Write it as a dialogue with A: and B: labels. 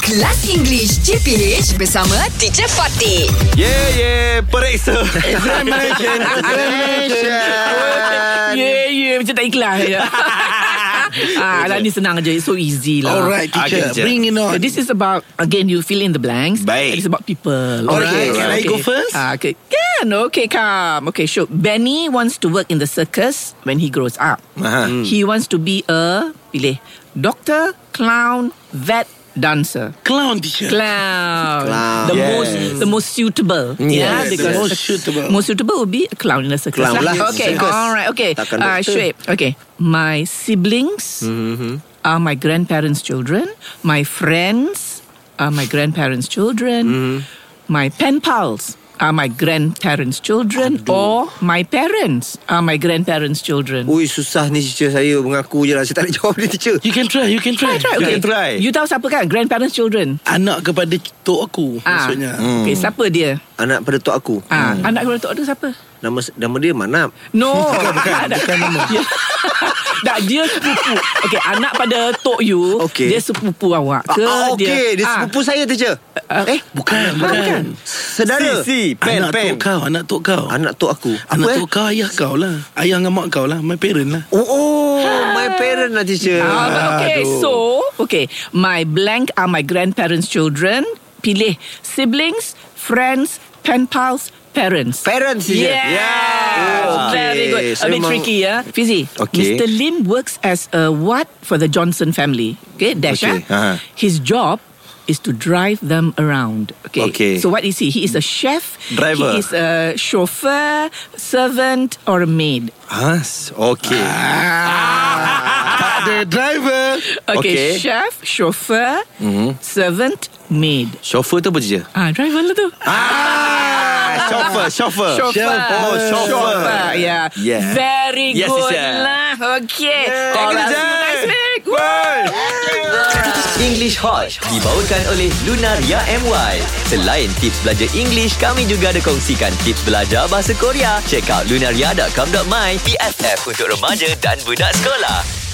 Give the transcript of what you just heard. A: Kelas English CPH bersama Teacher Fatih.
B: Yeah, yeah. Periksa.
C: Examination Examination
D: Yeah, yeah. Macam tak ikhlas je. ah, lah ni senang je. It's so easy lah.
C: Alright teacher
B: Ah, Okay, teacher.
C: Bring it
D: So
C: on
D: this is about again you fill in the blanks.
B: Baik.
D: It's about people.
C: Okay,
D: Alright,
C: can I go first?
D: Ah, okay. Can okay come. Okay, sure. Benny wants to work in the circus when he grows up.
B: Aha.
D: Hmm.
C: Uh-huh.
B: Mm.
D: He wants to be a pilih doctor, clown, vet, dancer.
C: Clown teacher
D: Clown. The
B: Yes.
D: most the most suitable. yeah,
C: Yes, the
D: because
C: most suitable.
D: Most suitable would be a clown in a circus.
E: Clown lah,
D: Okay.
E: circus.
D: All right. Okay.
E: Takkan
D: Uh,
E: doktor.
D: Shuib. Okay. My siblings are my grandparents' children. My friends are my grandparents' children. My pen pals are my grandparents' children, or my parents are my grandparents' children.
E: Ui susah ni teacher saya Mengaku je lah Saya tak nak jawab ni teacher
C: You can try You can try,
D: Try,
B: Jangan try.
D: You tahu siapa kan? Grandparents' children. Ah,
C: Anak kepada tok aku
B: Ah.
C: Maksudnya
B: Hmm.
D: Okay, siapa dia?
E: Anak pada tok aku
D: Ah, anak kepada tok tu siapa?
E: Nama nama dia Manap
D: No Bukan bukan, bukan nama Tak dia sepupu Okay anak pada Tok you
E: Okey.
D: Dia sepupu awak ke
E: ah, Okey dia,
D: ah,
E: sepupu saya teacher
D: Ah,
E: Eh
C: Bukan Bukan
D: bukan.
B: Si,
E: Sedara
B: si. Pen,
C: Anak
B: pen.
C: tok kau Anak tok kau
E: Anak tok aku
C: Anak
E: Apa eh
C: tok kau Ayah kau lah Ayah dengan mak kau lah My parent lah
E: Oh, oh my parent lah teacher
D: Ah, but okay, so okay, my blank are my grandparents' children. Pilih siblings, friends, pen pals, parents.
E: Parents teacher
D: Yeah,
E: Yeah.
D: very good.
E: Okay,
D: A
E: so
D: bit
E: memang-
D: tricky, yeah. Fizzy,
E: Okay.
D: Mr. Lim works as a what for the Johnson family? Okay, dash.
E: Okay,
D: ah.
B: uh-huh.
D: His job is to drive them around. Okay.
B: Okay.
D: So what is he? He is a chef.
B: Driver.
D: He is a chauffeur, servant, or a maid.
B: Has. Okay.
D: Ah.
C: The driver
D: Okay,
B: Okay.
D: chef, chauffeur, servant, maid.
B: Chauffeur tu apa je?
D: Ah, driver lah tu.
B: Ah, chauffeur, chauffeur. Oh, chauffeur.
D: Chauffeur, yeah.
B: Yeah.
D: Very
B: Yes,
D: good
B: teacher.
D: lah. Okay.
B: Yeah,
D: All
B: good
D: right.
B: job.
D: Nice week.
B: Word.
F: English Hot dibawakan oleh Lunaria MY. Selain tips belajar English, kami juga ada kongsikan tips belajar bahasa Korea. Check out lunaria.com.my PFF untuk remaja dan budak sekolah.